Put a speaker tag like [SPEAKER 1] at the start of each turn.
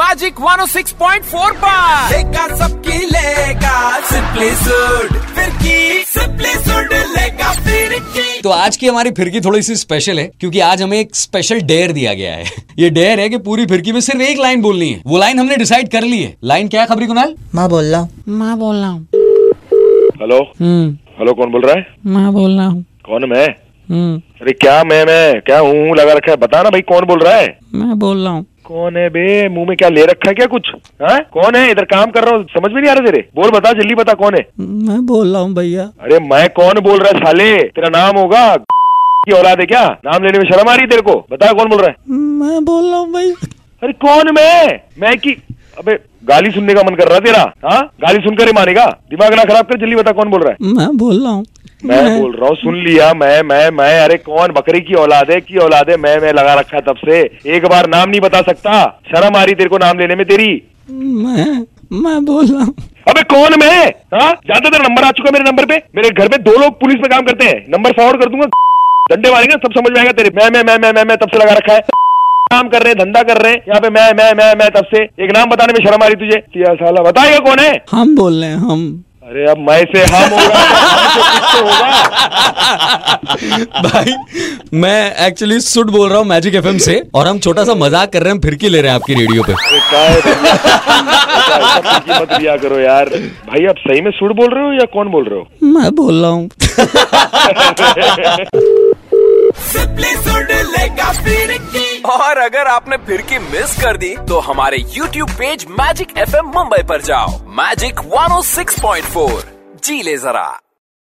[SPEAKER 1] Magic 106.4 पर
[SPEAKER 2] लेगा सबकी लेगा सिंपली सुड फिर की सिंपली सुड लेगा फिर की
[SPEAKER 3] तो आज की हमारी फिरकी थोड़ी सी स्पेशल है क्योंकि आज हमें एक स्पेशल डेयर दिया गया है ये डेयर है कि पूरी फिरकी में सिर्फ एक लाइन बोलनी है वो लाइन हमने डिसाइड कर ली है लाइन क्या है खबरी कुणाल
[SPEAKER 4] माँ बोल रहा हूँ
[SPEAKER 5] माँ बोल रहा हूँ
[SPEAKER 6] हेलो हेलो कौन बोल रहा है
[SPEAKER 5] माँ बोल रहा हूँ
[SPEAKER 6] कौन मैं
[SPEAKER 5] हम्म,
[SPEAKER 6] अरे क्या मैं मैं क्या हूँ हूँ लगा रखा है बता ना भाई कौन बोल रहा है
[SPEAKER 5] मैं बोल रहा हूँ
[SPEAKER 6] कौन है बे मुंह में क्या ले रखा है क्या कुछ हाँ कौन है इधर काम कर रहा हूँ समझ में नहीं आ रहा तेरे बोल बता जल्दी बता कौन है
[SPEAKER 5] मैं बोल रहा हूँ भैया
[SPEAKER 6] अरे मैं कौन बोल रहा है साले तेरा नाम होगा की औलाद है क्या नाम लेने में शर्म आ रही है तेरे को बता कौन बोल रहा है
[SPEAKER 5] मैं बोल रहा हूँ भैया
[SPEAKER 6] अरे कौन मैं मैं की अबे गाली सुनने का मन कर रहा है तेरा हाँ गाली सुनकर ही मानेगा दिमाग ना खराब कर जल्दी बता कौन बोल रहा है
[SPEAKER 5] मैं बोल रहा हूँ
[SPEAKER 6] मैं बोल रहा हूँ सुन लिया मैं मैं मैं अरे कौन बकरी की औलाद है की औलाद है मैं मैं लगा रखा है तब से एक बार नाम नहीं बता सकता शर्म आ रही तेरे को नाम लेने में तेरी
[SPEAKER 5] मैं मैं बोल रहा हूँ
[SPEAKER 6] अबे कौन मैं हाँ ज्यादातर नंबर आ चुका है मेरे नंबर पे मेरे घर में दो लोग पुलिस में काम करते हैं नंबर फॉरवर्ड कर दूंगा डंडे मारेंगे सब समझ में आएगा तेरे मैं मैं मैं मैं मैं मैं तब से लगा रखा है काम कर रहे हैं धंधा कर रहे हैं यहाँ पे मैं मैं मैं मैं तब से एक नाम बताने में शर्म आ रही तुझे क्या साला बताएगा कौन है
[SPEAKER 5] हम बोल रहे हैं हम
[SPEAKER 6] अरे अब मैं से हम होगा हम से किससे होगा
[SPEAKER 3] भाई मैं एक्चुअली सुट बोल रहा हूँ मैजिक एफ से और हम छोटा सा मजाक कर रहे हैं फिरकी ले रहे हैं आपकी रेडियो पे
[SPEAKER 6] अरे क्या है भैया? ऐसा फर्जी मत लिया करो यार भाई आप सही में सुर बोल रहे हो या कौन बोल रहे हो
[SPEAKER 5] मैं बोल रहा हूँ
[SPEAKER 2] सिंपली सुड लेगा फिर की
[SPEAKER 1] और अगर आपने फिर की मिस कर दी तो हमारे YouTube oh page magic FM Mumbai पर जाओ मैजिक 106.4 जी ले जरा